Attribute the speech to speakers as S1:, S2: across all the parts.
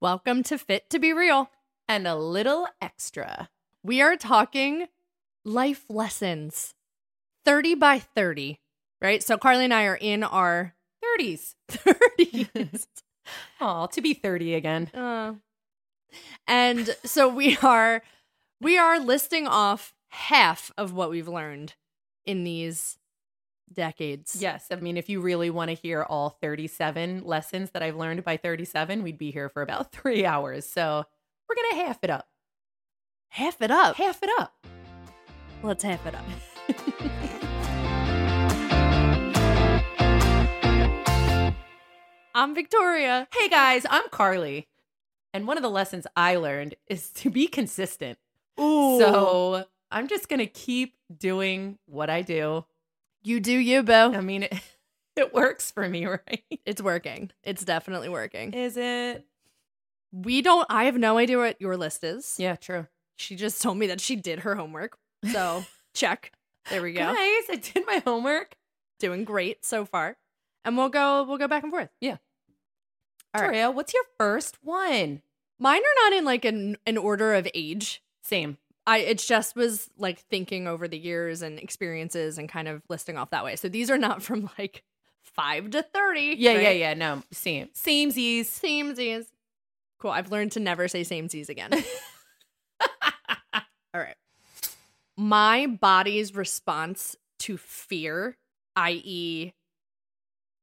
S1: Welcome to Fit to Be Real and a little extra. We are talking life lessons 30 by 30, right? So Carly and I are in our 30s. 30s.
S2: Oh, to be 30 again.
S1: Uh, and so we are we are listing off half of what we've learned in these decades.
S2: Yes. I mean, if you really want to hear all 37 lessons that I've learned by 37, we'd be here for about three hours. So we're going to half it up.
S1: Half it up.
S2: Half it up.
S1: Let's half it up. I'm Victoria.
S2: Hey guys, I'm Carly. And one of the lessons I learned is to be consistent.
S1: Ooh. So
S2: So I'm just going to keep doing what I do.
S1: you do you, boo.
S2: I mean, it, it works for me, right?
S1: It's working. It's definitely working.
S2: Is it?
S1: We don't I have no idea what your list is.
S2: Yeah, true.
S1: She just told me that she did her homework. So, check. There we go.
S2: Guys, I did my homework.
S1: Doing great so far. And we'll go we'll go back and forth. All right.
S2: Victoria, what's your first one?
S1: Mine are not in like an an order of age.
S2: Same.
S1: I it just was like thinking over the years and experiences and kind of listing off that way. So these are not from like 5 to 30.
S2: Yeah, yeah,
S1: right?
S2: yeah. No, same. Samesies.
S1: Samesies. Cool. I've learned to never say samesies again. All right. My body's response to fear, i.e.,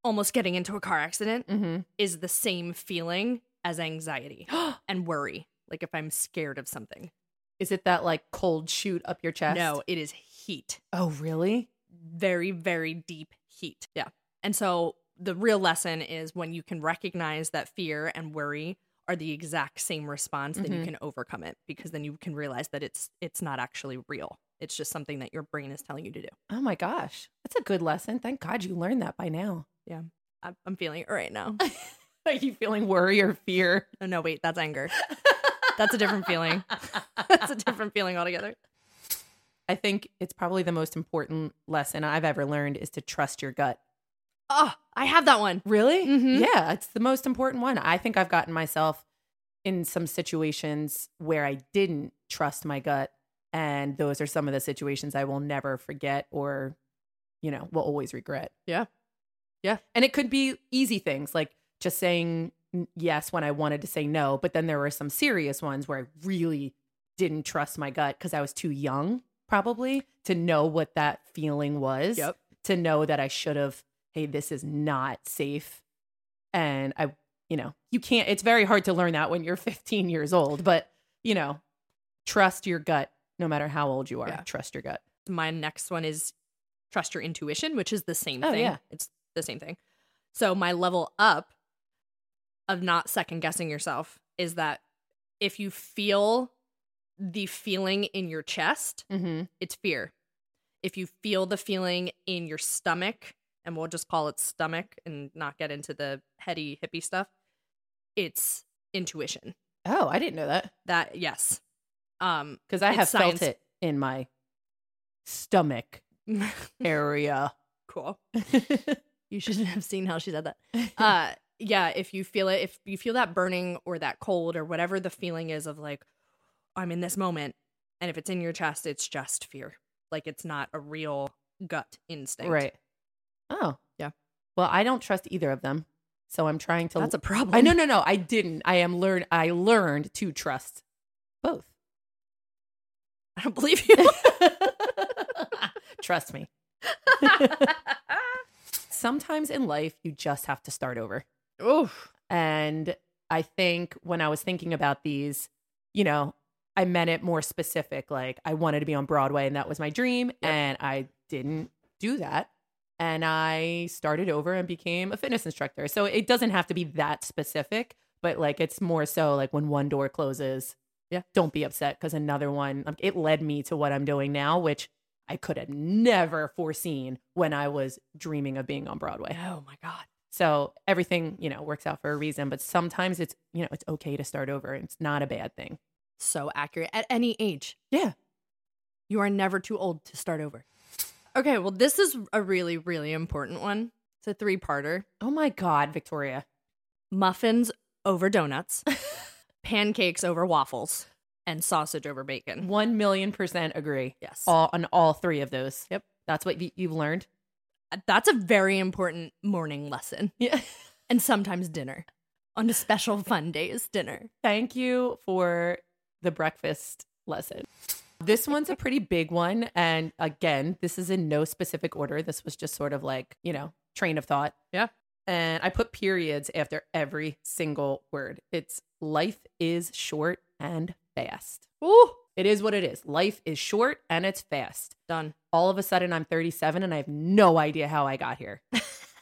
S1: almost getting into a car accident,
S2: Mm-hmm.
S1: is the same feeling as anxiety and worry. Like if I'm scared of something.
S2: Is it that like cold shoot up your chest?
S1: No, it is heat.
S2: Oh, really?
S1: Very, very deep heat. Yeah. And so the real lesson is when you can recognize that fear and worry are the exact same response, then you
S2: Mhm.
S1: can overcome it because then you can realize that it's it's not actually real. It's just something that your brain is telling you to do.
S2: Oh my gosh. That's a good lesson. Thank God you learned that by now.
S1: I'm I'm feeling it right now.
S2: Are you feeling worry or fear?
S1: Oh, no, wait, that's anger. That's a different feeling. That's a different feeling altogether.
S2: I think it's probably the most important lesson I've ever learned is to trust your gut.
S1: Oh, I have that one.
S2: Really?
S1: Mhm.
S2: Yeah, it's the most important one. I think I've gotten myself in some situations where I didn't trust my gut. And those are some of the situations I will never forget or, you know, will always regret.
S1: Yeah. Yeah.
S2: And it could be easy things like just saying n- yes when I wanted to say no. But then there were some serious ones where I really didn't trust my gut because I was too young, probably, to know what that feeling was to know that I should have, hey, this is not safe. And I, you know, you can't, it's very hard to learn that when you're 15 years old, but, you know, trust your gut no matter how old you are.
S1: Yeah.
S2: Trust your gut.
S1: My next one is trust your intuition, which is the same
S2: Oh,
S1: thing.
S2: yeah.
S1: It's the same thing. So my level up of not second guessing yourself is that if you feel the feeling in your chest,
S2: Mm-hmm.
S1: it's fear. If you feel the feeling in your stomach, and we'll just call it stomach and not get into the heady hippie stuff, it's intuition.
S2: Oh, I didn't know that
S1: That yes. Um
S2: because I
S1: It's
S2: have
S1: science.
S2: felt it in my stomach area.
S1: cool. You should have seen how she said that. Uh yeah, if you feel it, if you feel that burning or that cold or whatever the feeling is of like I'm in this moment and if it's in your chest, it's just fear. Like it's not a real gut instinct.
S2: right. Oh,
S1: Yeah.
S2: Well, I don't trust either of them. So I'm trying to
S1: That's a problem.
S2: I no no no I didn't. I am learn I learned to trust both.
S1: I don't believe you.
S2: trust me. Sometimes in life you just have to start over.
S1: Oof.
S2: And I think when I was thinking about these, you know, I meant it more specific. Like I wanted to be on Broadway and that was my dream.
S1: Yep.
S2: And I didn't do that. And I started over and became a fitness instructor. So it doesn't have to be that specific, but like it's more so like when one door closes,
S1: Yeah.
S2: don't be upset because another one, like it led me to what I'm doing now, which I could have never foreseen when I was dreaming of being on Broadway.
S1: Oh my god.
S2: So everything, you know, works out for a reason, but sometimes it's, you know, it's okay to start over. and It's not a bad thing.
S1: So accurate at any age.
S2: Yeah.
S1: You are never too old to start over. Okay, well this is a really really important one. It's a three-parter.
S2: Oh my God, Victoria.
S1: Muffins over donuts. pancakes over waffles and sausage over bacon.
S2: One million percent agree.
S1: Yes.
S2: All on all three of those.
S1: Yep.
S2: That's what y- you've learned.
S1: That's a very important morning lesson
S2: Yeah.
S1: and sometimes dinner. On special fun days, dinner.
S2: Thank you for the breakfast lesson. This one's a pretty big one. And again, this is in no specific order. This was just sort of like, you know, train of thought.
S1: Yeah.
S2: And I put periods after every single word. It's life is short and fast.
S1: Ooh,
S2: It is what it is. Life is short and it's fast.
S1: done.
S2: all of a sudden I'm 37 and I have no idea how I got here.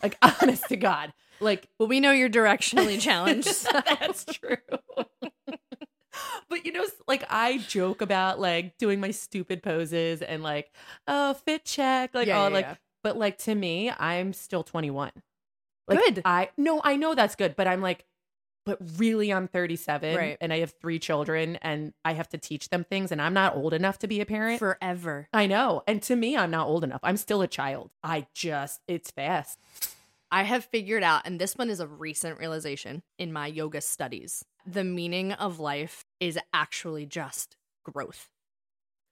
S2: Like honest to God. Like
S1: Well, we know you're directionally challenged. so-
S2: That's true. but you know, like I joke about like doing my stupid poses and like, oh, fit check, like
S1: Yeah,
S2: all
S1: yeah,
S2: like
S1: yeah.
S2: but like to me, I'm still 21. Like
S1: Good.
S2: I no, I know that's good, but I'm like, but really I'm 37
S1: Right.
S2: and I have three children and I have to teach them things and I'm not old enough to be a parent.
S1: forever.
S2: I know. And to me, I'm not old enough. I'm still a child. I just, it's fast.
S1: I have figured out, and this one is a recent realization in my yoga studies the meaning of life is actually just growth.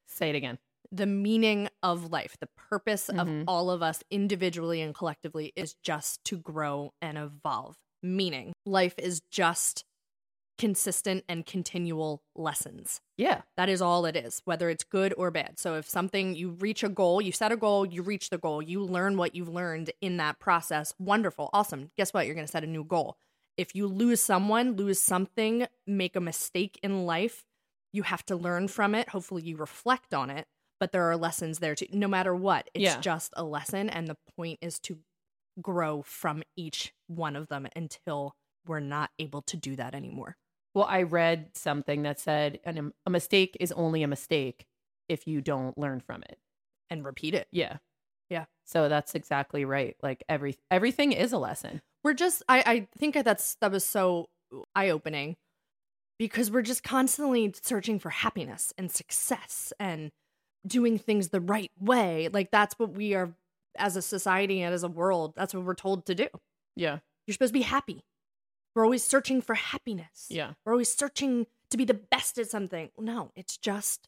S2: Say it again.
S1: the meaning of life, the purpose
S2: Mhm.
S1: of all of us individually and collectively is just to grow and evolve. Meaning, life is just consistent and continual lessons.
S2: Yeah.
S1: That is all it is, whether it's good or bad. So, if something you reach a goal, you set a goal, you reach the goal, you learn what you've learned in that process. Wonderful, awesome. Guess what? You're going to set a new goal. If you lose someone, lose something, make a mistake in life, you have to learn from it. Hopefully, you reflect on it, but there are lessons there too. No matter what, it's
S2: Yeah.
S1: just a lesson. And the point is to grow from each one of them until we're not able to do that anymore.
S2: Well, I read something that said an, a mistake is only a mistake if you don't learn from it.
S1: And repeat it.
S2: Yeah.
S1: Yeah.
S2: So that's exactly right. Like every everything is a lesson.
S1: we're just I, I think that's that was so eye opening because we're just constantly searching for happiness and success and doing things the right way. Like that's what we are as a society and as a world, that's what we're told to do.
S2: Yeah.
S1: You're supposed to be happy. We're always searching for happiness.
S2: Yeah.
S1: We're always searching to be the best at something. No, it's just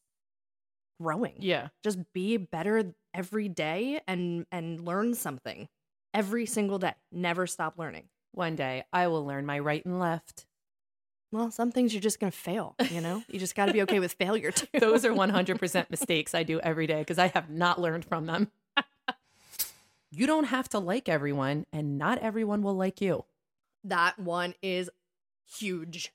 S1: growing
S2: Yeah.
S1: just be better every day and and learn something every single day never stop learning
S2: One day I will learn my right and left.
S1: well some things you're just gonna fail you know you just gotta be okay with failure too
S2: Those are 100% mistakes I do every day because I have not learned from them. you don't have to like everyone, and not everyone will like you.
S1: that one is huge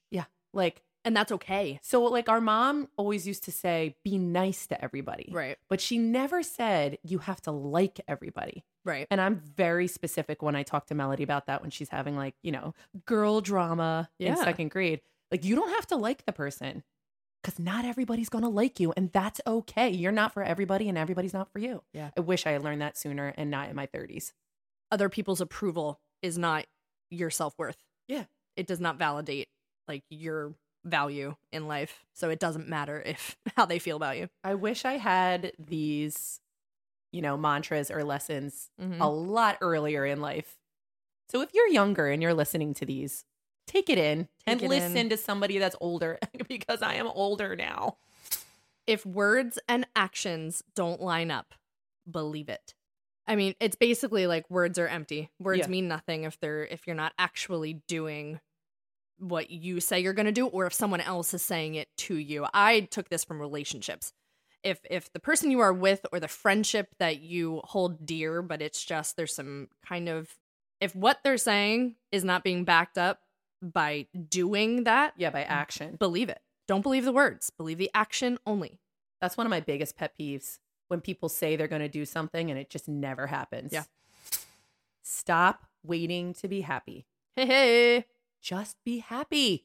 S2: Like,
S1: and that's okay
S2: So, like, our mom always used to say, be nice to everybody.
S1: right
S2: But she never said, you have to like everybody.
S1: right
S2: And I'm very specific when I talk to Melody about that when she's having, like, you know, girl drama in
S1: Yeah.
S2: second grade. Like, you don't have to like the person because not everybody's going to like you. And that's okay. You're not for everybody and everybody's not for you.
S1: Yeah.
S2: I wish I had learned that sooner and not in my 30s.
S1: other people's approval is not your self-worth
S2: Yeah.
S1: it does not validate like your value in life so it doesn't matter if how they feel about you
S2: I wish I had these, you know, mantras or lessons a
S1: I'll-
S2: lot earlier in life. So if you're younger and you're listening to these, take it in and
S1: it in.
S2: listen to somebody that's older because I am older now.
S1: if words and actions don't line up, believe it. I mean, it's basically like words are empty. Words
S2: Yeah.
S1: mean nothing if they're if you're not actually doing what you say you're going to do or if someone else is saying it to you. I took this from relationships. If if the person you are with or the friendship that you hold dear, but it's just there's some kind of if what they're saying is not being backed up by doing that,
S2: Yeah, by action.
S1: believe it. Don't believe the words, believe the action only.
S2: That's one of my biggest pet peeves when people say they're going to do something and it just never happens.
S1: Yeah.
S2: Stop waiting to be happy.
S1: Hey, hey.
S2: Just be happy.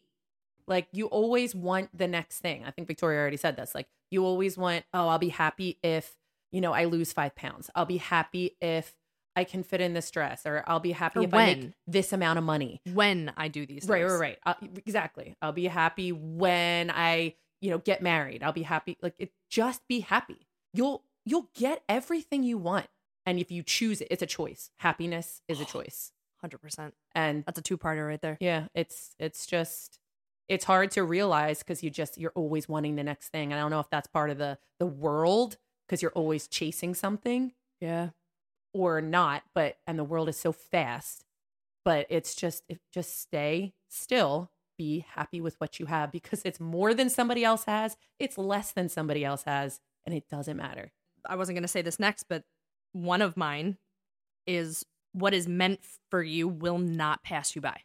S2: Like you always want the next thing. I think Victoria already said this. Like you always want, oh, I'll be happy if, you know, I lose five pounds. I'll be happy if I can fit in this dress or I'll be happy
S1: Or
S2: if I make
S1: when.
S2: this amount of money.
S1: when I do these
S2: Right,
S1: things.
S2: right, right. I'll, exactly. I'll be happy when I, you know, get married. I'll be happy. Like it, just be happy. You'll you'll get everything you want. And if you choose it, it's a choice. Happiness is a choice.
S1: Hundred percent.
S2: And
S1: That's a two parter right there.
S2: yeah, it's it's just it's hard to realize because you just you're always wanting the next thing. And I don't know if that's part of the the world because you're always chasing something
S1: Yeah.
S2: or not, but and the world is so fast. But it's just if, just stay still, be happy with what you have because it's more than somebody else has, it's less than somebody else has, and it doesn't matter.
S1: I wasn't going to say this next, but one of mine is what is meant for you will not pass you by.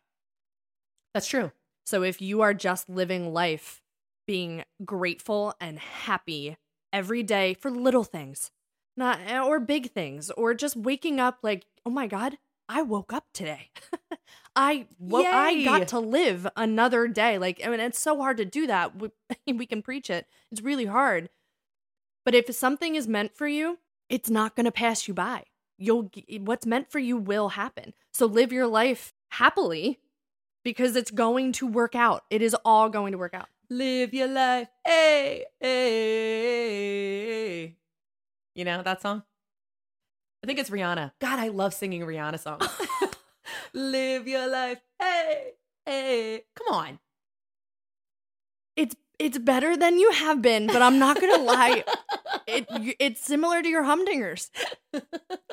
S2: That's true.
S1: So if you are just living life being grateful and happy every day for little things, not eh, or big things, or just waking up like, "Oh my god, I woke up today. I woke I
S2: Yay!"
S1: got to live another day." Like I mean, it's so hard to do that. We, we can preach it. It's really hard. But if something is meant for you, it's not going to pass you by. You'll g- what's meant for you will happen. So live your life happily because it's going to work out. It is all going to work out.
S2: Live your life. Hey, hey. You know that song? I think it's Rihanna. God, I love singing Rihanna songs. Live your life. Hey, hey. Come on.
S1: It's it's better than you have been, but I'm not going to lie. It you- it's similar to your humdingers.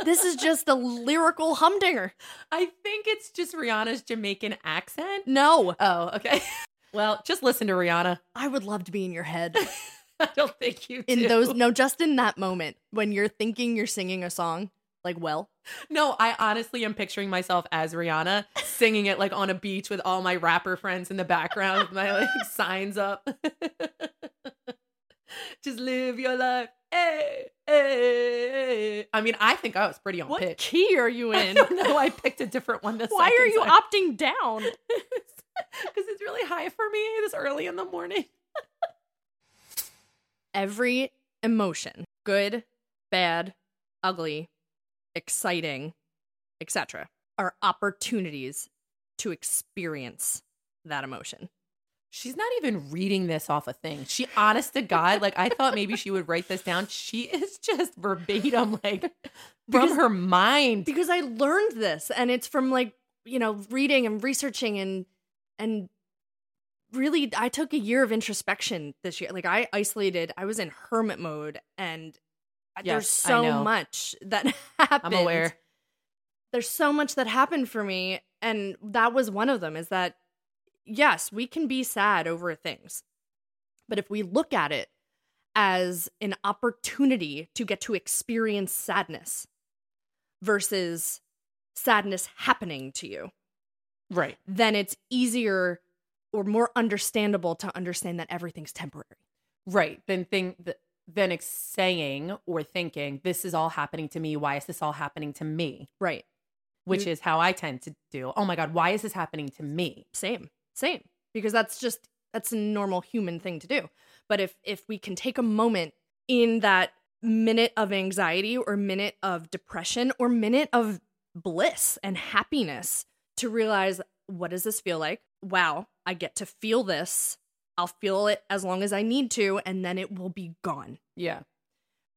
S1: This is just the lyrical humdinger.
S2: I think it's just Rihanna's Jamaican accent.
S1: No,
S2: Oh, okay. Well, just listen to Rihanna.
S1: I would love to be in your head
S2: I don't think you
S1: in
S2: do.
S1: those no just in that moment when you're thinking you're singing a song like well.
S2: No, I honestly am picturing myself as Rihanna singing it like on a beach with all my rapper friends in the background with my like signs up. Just live your life. Hey, hey. I mean, I think I was pretty on
S1: What
S2: pitch.
S1: key are you
S2: I
S1: in?
S2: don't know. I picked a different one this
S1: Why are you opting down?
S2: Because it's really high for me this early in the morning.
S1: every emotion good bad ugly exciting etc are opportunities to experience that emotion
S2: She's not even reading this off a thing. She, honest to God, like I thought maybe she would write this down. She is just verbatim, like
S1: Because-
S2: from her mind.
S1: because i learned this and it's from like you know reading and researching and and really i took a year of introspection this year like i isolated i was in hermit mode and there's
S2: Yes, I
S1: so
S2: know.
S1: much that happened
S2: I'm aware.
S1: there's so much that happened for me and that was one of them is that yes we can be sad over things but if we look at it as an opportunity to get to experience sadness versus sadness happening to you
S2: Right.
S1: then it's easier or more understandable to understand that everything's temporary
S2: Right. Then thing th- then ex- saying or thinking, this is all happening to me. Why is this all happening to me?
S1: right
S2: Which
S1: You-
S2: is how I tend to do. Oh my God, why is this happening to me?
S1: same same because that's just that's a normal human thing to do but if if we can take a moment in that minute of anxiety or minute of depression or minute of bliss and happiness to realize what does this feel like wow i get to feel this i'll feel it as long as i need to and then it will be gone
S2: Yeah.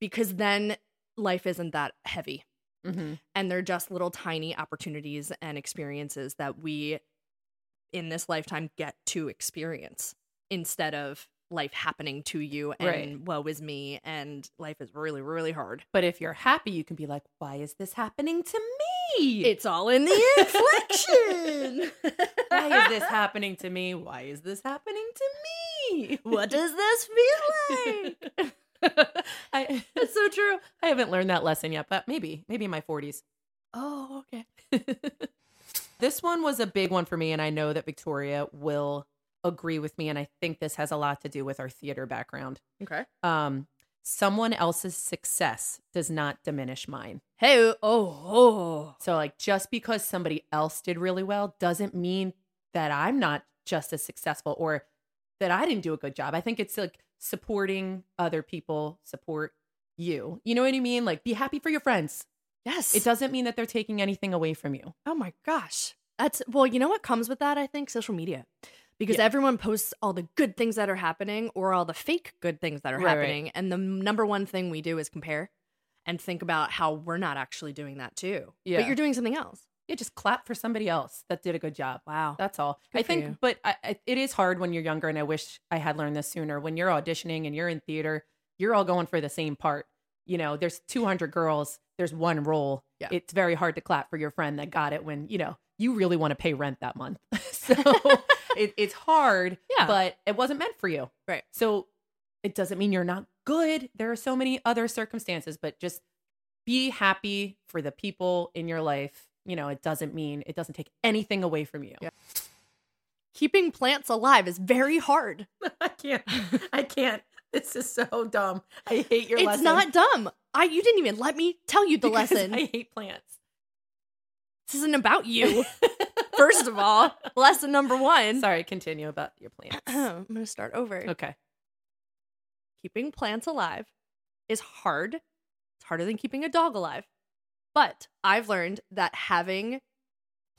S1: because then life isn't that heavy
S2: hmm
S1: and they're just little tiny opportunities and experiences that we in this lifetime get to experience instead of life happening to you and
S2: Right.
S1: woe is me and life is really really hard
S2: But if you're happy, you can be like, why is this happening to me?
S1: it's all in the inflection
S2: why is this happening to me? Why is this happening to me?
S1: what does this feel like
S2: I, it's so true. I haven't learned that lesson yet, but maybe, maybe in my 40s. Oh, okay. this one was a big one for me, and I know that Victoria will agree with me. And I think this has a lot to do with our theater background.
S1: okay
S2: Um, someone else's success does not diminish mine.
S1: hey oh oh
S2: So, like, just because somebody else did really well doesn't mean that I'm not just as successful or that I didn't do a good job. I think it's like supporting other people, support you. You know what I mean? Like, be happy for your friends.
S1: yes
S2: It doesn't mean that they're taking anything away from you.
S1: Oh my gosh. That's well, you know what comes with that, I think? Social media. Because
S2: Yeah.
S1: everyone posts all the good things that are happening or all the fake good things that are
S2: Right, right.
S1: happening. And the number one thing we do is compare and think about how we're not actually doing that too.
S2: Yeah.
S1: But you're doing something else.
S2: Yeah, just clap for somebody else that did a good job.
S1: Wow.
S2: That's all.
S1: Good
S2: I
S1: for
S2: think,
S1: you.
S2: but I, I, it is hard when you're younger, and I wish I had learned this sooner. When you're auditioning and you're in theater, you're all going for the same part. You know, there's 200 girls, there's one role.
S1: Yeah.
S2: It's very hard to clap for your friend that got it when, you know, you really want to pay rent that month. so it, it's hard,
S1: Yeah.
S2: but it wasn't meant for you.
S1: Right.
S2: So it doesn't mean you're not good. There are so many other circumstances, but just be happy for the people in your life. You know, it doesn't mean it doesn't take anything away from you.
S1: Yeah. Keeping plants alive is very hard.
S2: I can't. I can't. This is so dumb. I hate your
S1: it's
S2: lesson.
S1: not dumb. I you didn't even let me tell you the
S2: Because
S1: lesson.
S2: I hate plants.
S1: this isn't about you. First of all, lesson number one.
S2: Sorry, continue about your plants.
S1: I'm gonna start over.
S2: okay.
S1: Keeping plants alive is hard. It's harder than keeping a dog alive. But I've learned that having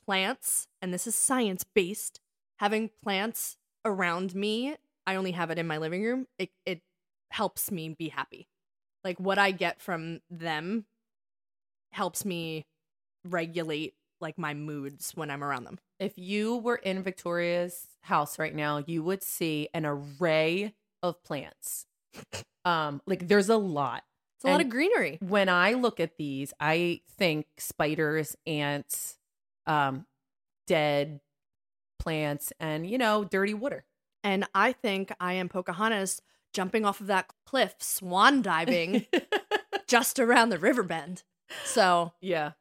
S1: plants, and this is science based, having plants around me, I only have it in my living room. It it helps me be happy. Like what I get from them helps me regulate like my moods when I'm around them.
S2: If you were in Victoria's house right now, you would see an array of plants. Um, like there's a lot.
S1: It's a lot
S2: And-
S1: of greenery.
S2: when I look at these, I think spiders, ants, um, dead plants, and you know, dirty water.
S1: And I think I am Pocahontas jumping off of that cliff, swan diving just around the river bend. So
S2: yeah.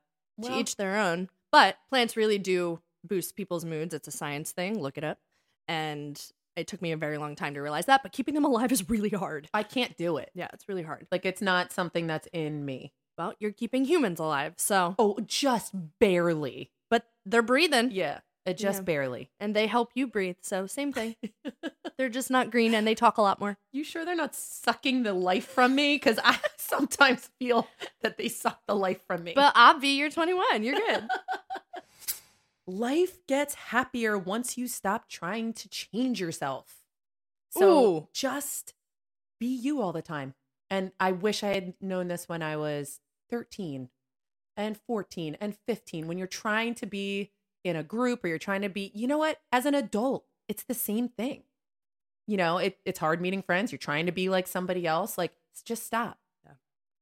S1: to each their own. But plants really do boost people's moods. It's a science thing. Look it up. And it took me a very long time to realize that. But keeping them alive is really hard.
S2: I can't do it.
S1: Yeah, it's really hard.
S2: Like it's not something that's in me.
S1: Well, you're keeping humans alive. So,
S2: Oh, just barely.
S1: but they're breathing
S2: Yeah. It just
S1: Yeah.
S2: barely.
S1: and they help you breathe. So, same thing. they're just not green and they talk a lot more.
S2: You sure they're not sucking the life from me? Because I sometimes feel that they suck the life from me.
S1: But Obvi, you're 21. You're good.
S2: life gets happier once you stop trying to change yourself. So
S1: Ooh.
S2: just be you all the time. And I wish I had known this when I was 13 and 14 and 15. When you're trying to be in a group or you're trying to be, you know what, as an adult, it's the same thing. You know, it, it's hard meeting friends. You're trying to be like somebody else. Like, s- just stop.
S1: Yeah.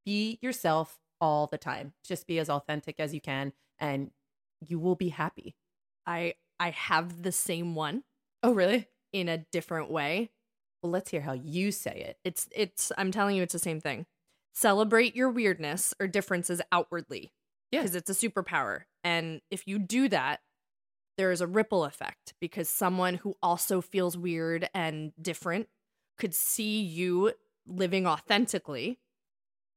S2: Be yourself all the time. Just be as authentic as you can, and you will be happy.
S1: I I have the same one
S2: Oh, really?
S1: in a different way.
S2: Well, let's hear how you say it.
S1: It's it's I'm telling you it's the same thing. Celebrate your weirdness or differences outwardly.
S2: Yeah.
S1: Cuz it's a superpower. And if you do that, there is a ripple effect because someone who also feels weird and different could see you living authentically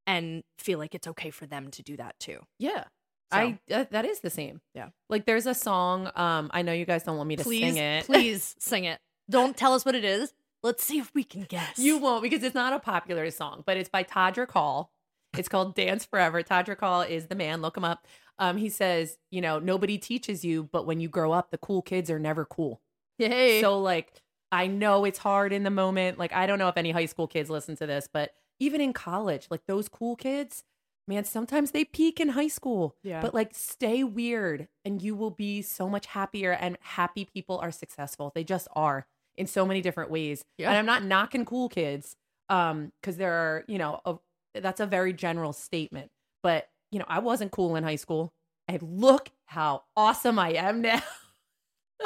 S1: and feel like it's okay for them to do that too.
S2: Yeah.
S1: So,
S2: I that that is the same.
S1: Yeah.
S2: Like there's a song. Um, I know you guys don't want me to
S1: please
S2: sing it.
S1: please sing it. Don't tell us what it is. Let's see if we can guess.
S2: You won't because it's not a popular song, but it's by Todrick Hall. It's called Dance Forever. Todrick Hall is the man. Look him up. Um, he says, you know, nobody teaches you, but when you grow up, the cool kids are never cool.
S1: Yay.
S2: So like I know it's hard in the moment. Like I don't know if any high school kids listen to this, but even in college, like those cool kids, man, sometimes they peak in high school.
S1: Yeah.
S2: But like stay weird and you will be so much happier and happy people are successful. They just are in so many different ways.
S1: Yeah.
S2: And I'm not knocking cool kids um cuz there are, you know, a, that's a very general statement. But, you know, I wasn't cool in high school. And look how awesome I am now.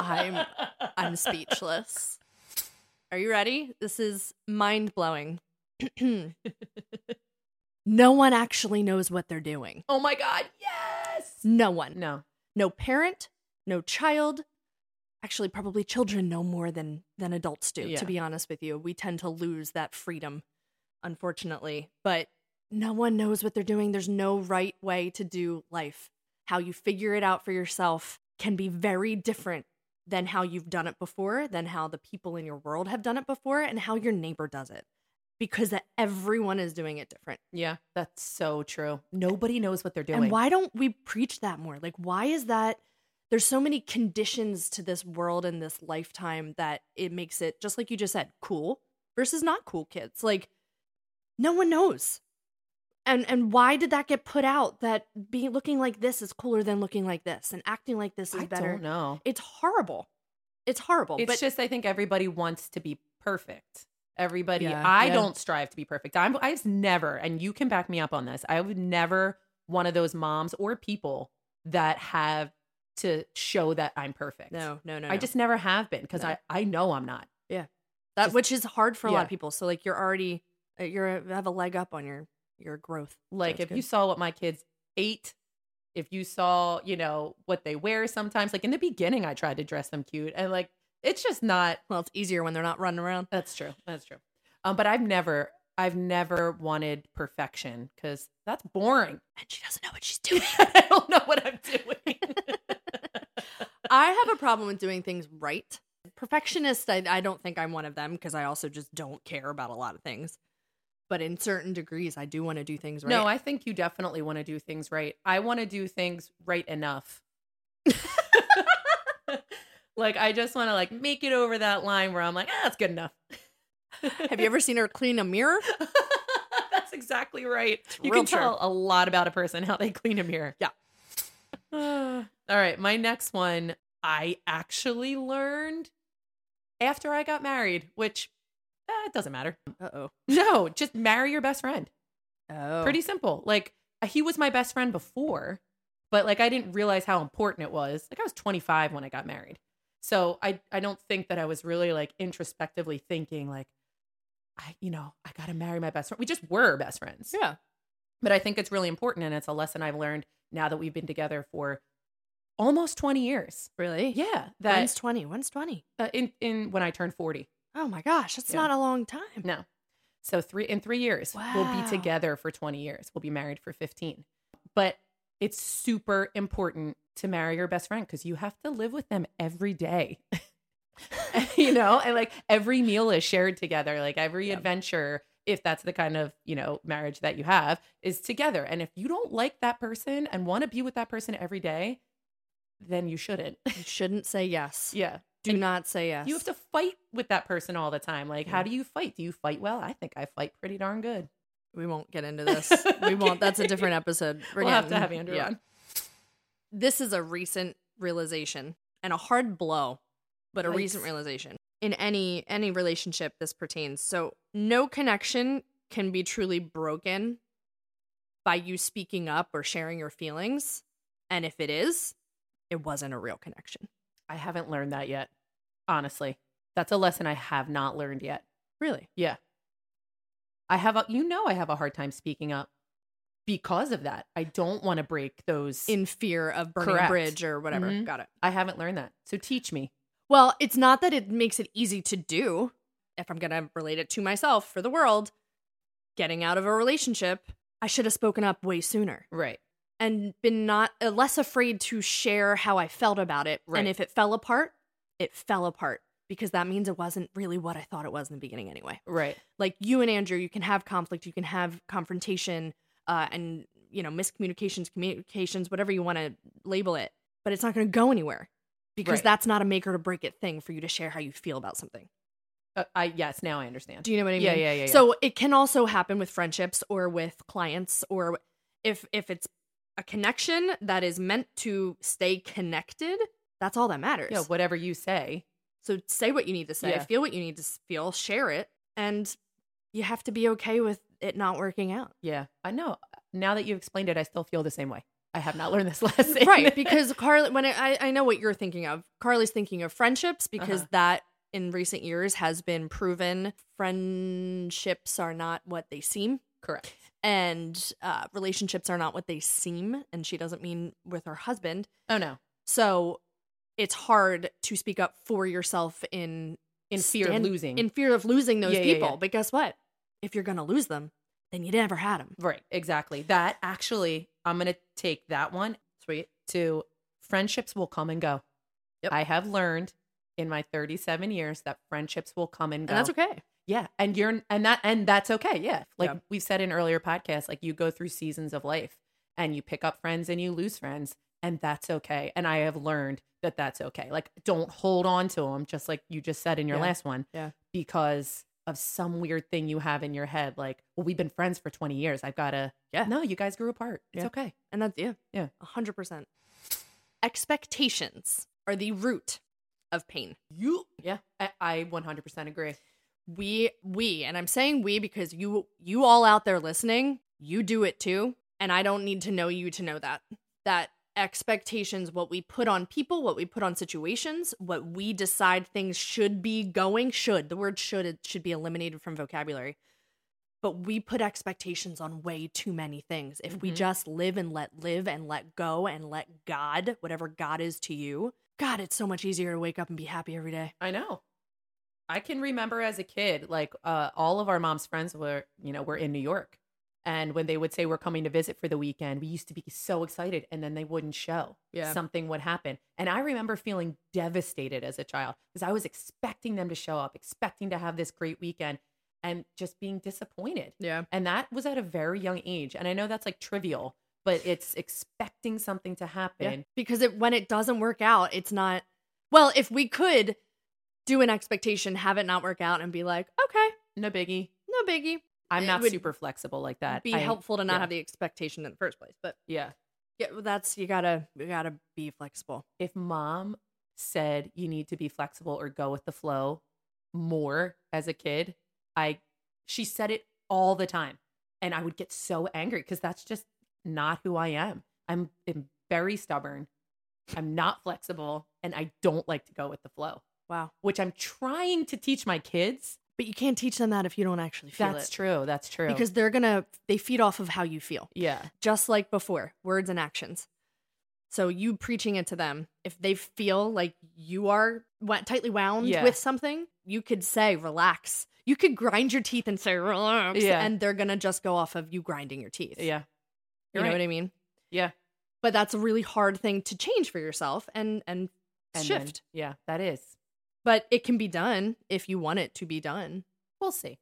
S1: I'm- I'm speechless. Are you ready? This is mind blowing. no one actually knows what they're doing.
S2: Oh my God. Yes.
S1: No one.
S2: No.
S1: No parent, no child. Actually, probably children know more than than adults do,
S2: Yeah.
S1: to be honest with you. We tend to lose that freedom, unfortunately. But no one knows what they're doing. There's no right way to do life. How you figure it out for yourself can be very different than how you've done it before, than how the people in your world have done it before, and how your neighbor does it. Because that everyone is doing it different.
S2: Yeah. That's so true. Nobody knows what they're doing.
S1: And why don't we preach that more? Like, why is that? There's so many conditions to this world and this lifetime that it makes it, just like you just said, cool versus not cool kids. Like, no one knows. and and why did that get put out that being looking like this is cooler than looking like this and acting like this is
S2: I
S1: better
S2: don't know.
S1: it's horrible it's horrible
S2: It's
S1: but
S2: just I think everybody wants to be perfect. Everybody,
S1: Yeah.
S2: I
S1: Yeah.
S2: don't strive to be perfect. I'm, I've never, and you can back me up on this. I was never one of those moms or people that have to show that I'm perfect.
S1: no no no
S2: I
S1: no.
S2: just never have been because
S1: No.
S2: I, I know I'm not.
S1: that
S2: just-
S1: which is hard for a lot
S2: yeah.
S1: of people so like you're already uh, you're have a leg up on your your growth
S2: Like
S1: That's
S2: if you
S1: good.
S2: saw what my kids ate, if you saw, you know, what they wear sometimes, like in the beginning, I tried to dress them cute and like it's just not
S1: well it's easier when they're not running around
S2: That's true. That's true. Um, but I've never, I've never wanted perfection because that's boring.
S1: and she doesn't know what she's doing
S2: I don't know what I'm doing.
S1: I have a problem with doing things right. Perfectionist, I, I don't think I'm one of them because I also just don't care about a lot of things. But in certain degrees, I do want to do things right.
S2: No, I think you definitely want to do things right. I want to do things right enough. like I just want to like make it over that line where I'm like, ah, that's good enough.
S1: have you ever seen her clean a mirror?
S2: that's exactly right. You
S1: real
S2: can tell a lot about a person how they clean a mirror.
S1: Yeah.
S2: All right, my next one I actually learned after I got married, which eh, it doesn't matter.
S1: Uh oh.
S2: No, just marry your best friend.
S1: Oh.
S2: Pretty simple. Like uh, he was my best friend before, but like I didn't realize how important it was. Like I was 25 when I got married. So I I don't think that I was really like introspectively thinking like I you know, I got to marry my best friend. We just were best friends.
S1: Yeah.
S2: But I think it's really important and it's a lesson I've learned now that we've been together for almost 20 years.
S1: Really? Yeah.
S2: Yeah, that
S1: When's 20? When's 20?
S2: uh, in in when I turned 40.
S1: Oh my gosh, that's
S2: Yeah.
S1: not a long time.
S2: No. So three in three years, we'll
S1: Wow.
S2: be together for 20 years. We'll be married for 15. But it's super important to marry your best friend because you have to live with them every day. you know, and like every meal is shared together, like every
S1: Yeah.
S2: adventure, if that's the kind of, you know, marriage that you have, is together. And if you don't like that person and want to be with that person every day, then you shouldn't.
S1: You shouldn't say yes.
S2: yeah.
S1: Do
S2: And
S1: not say yes.
S2: You have to fight with that person all the time. Like,
S1: Yeah.
S2: how do you fight? Do you fight well? I think I fight pretty darn good.
S1: we won't get into this. We won't. That's a different episode. We're
S2: we'll have to
S1: getting-
S2: have Andrew on.
S1: this is a recent realization and a hard blow but a recent
S2: Yikes.
S1: realization in any any relationship this pertains so no connection can be truly broken by you speaking up or sharing your feelings and if it is it wasn't a real connection
S2: I haven't learned that yet. Honestly, that's a lesson I have not learned yet.
S1: really
S2: I have, a, you know, I have a hard time speaking up because of that. I don't want to break those.
S1: in fear of burning
S2: Correct.
S1: a bridge or whatever
S2: Mhm.
S1: got it
S2: I haven't learned that. So teach me.
S1: Well, it's not that it makes it easy to do. If I'm going to relate it to myself for the world, getting out of a relationship, I should have spoken up way sooner
S2: Right.
S1: and been not uh, less afraid to share how I felt about it.
S2: Right.
S1: And if it fell apart, it fell apart because that means it wasn't really what I thought it was in the beginning anyway.
S2: Right.
S1: Like you and Andrew, you can have conflict, you can have confrontation uh, and, you know, miscommunications, communications, whatever you want to label it, but it's not going to go anywhere because
S2: Right.
S1: that's not a make or to break it thing for you to share how you feel about something.
S2: Uh, I, yes, now I understand.
S1: Do you know what I
S2: yeah,
S1: mean?
S2: yeah, yeah, yeah.
S1: So it can also happen with friendships or with clients or if if it's a connection that is meant to stay connected, that's all that matters.
S2: yeah, whatever you say.
S1: so say what you need to say,
S2: Yeah.
S1: feel what you need to s- feel, share it, and you have to be okay with it not working out.
S2: Yeah. I know. Now that you've explained it, I still feel the same way. I have not leared this lesson.
S1: right, because Carly when I I know what you're thinking of. Carly's thinking of friendships because
S2: Uh-huh.
S1: that in recent years has been proven friendships are not what they seem.
S2: correct.
S1: and uh, relationships are not what they seem. And she doesn't mean with her husband.
S2: Oh, no.
S1: So it's hard to speak up for yourself in
S2: In fear
S1: Stand-
S2: of losing.
S1: in fear of losing those
S2: Yeah, yeah,
S1: people.
S2: yeah.
S1: But guess what? If you're gonna lose them, then you never had them.
S2: Right, exactly. That actually, I'm going to take that one. Sweet. To friendships will come and go.
S1: Yep.
S2: I have learned in my 37 years that friendships will come and
S1: And
S2: go.
S1: that's okay.
S2: Yeah, and you're and that and that's okay. Yeah. Like
S1: Yeah.
S2: we've said in earlier podcasts, like you go through seasons of life and you pick up friends and you lose friends and that's okay. And I have learned that that's okay. Like don't hold on to them just like you just said in your
S1: Yeah.
S2: last one.
S1: Yeah.
S2: Because of some weird thing you have in your head, like, well, we've been friends for 20 years. I've got to,
S1: Yeah.
S2: no, you guys grew apart. It's
S1: Yeah.
S2: okay.
S1: And that's, yeah.
S2: Yeah.
S1: 100%. Expectations are the root of pain.
S2: You, yeah, I, I 100% agree.
S1: we we and i'm saying we because you you all out there listening you do it too and i don't need to know you to know that that expectations what we put on people what we put on situations what we decide things should be going should the word should it should be eliminated from vocabulary but we put expectations on way too many things if we
S2: Mhm.
S1: just live and let live and let go and let god whatever god is to you god it's so much easier to wake up and be happy every day
S2: I know. I can remember as a kid, like uh, all of our mom's friends were, you know, were in New York. And when they would say we're coming to visit for the weekend, we used to be so excited. And then they wouldn't show.
S1: Yeah.
S2: Something would happen. And I remember feeling devastated as a child because I was expecting them to show up, expecting to have this great weekend and just being disappointed.
S1: yeah
S2: And that was at a very young age. And I know that's like trivial, but it's expecting something to happen.
S1: because it when it doesn't work out, it's not well, if we could do an expectation, have it not work out and be like, okay,
S2: No biggie.
S1: no biggie. It
S2: I'm not
S1: would
S2: super flexible like that.
S1: be
S2: I-
S1: helpful to not
S2: yeah.
S1: have the expectation in the first place. But
S2: Yeah.
S1: yeah, well, that's you gotta you gotta be flexible.
S2: if mom said you need to be flexible or go with the flow more as a kid, I she said it all the time. And I would get so angry because that's just not who I am. I'm, am very stubborn. I'm not flexible and I don't like to go with the flow,
S1: Wow.
S2: which I'm trying to teach my kids.
S1: But you can't teach them that if you don't actually feel
S2: that's
S1: it.
S2: true. That's true.
S1: Because they're gonna they feed off of how you feel.
S2: yeah.
S1: Just like before, words and actions. So you preaching it to them, if they feel like you are wa- tightly wound
S2: Yeah.
S1: with something, you could say relax. You could grind your teeth and say relax,
S2: Yeah.
S1: and they're gonna just go off of you grinding your teeth.
S2: Yeah.
S1: you
S2: You're
S1: know
S2: right.
S1: what I mean.
S2: Yeah.
S1: But that's a really hard thing to change for yourself and and,
S2: And then-
S1: shift.
S2: yeah, that is.
S1: but it can be done if you want it to be done.
S2: We'll see.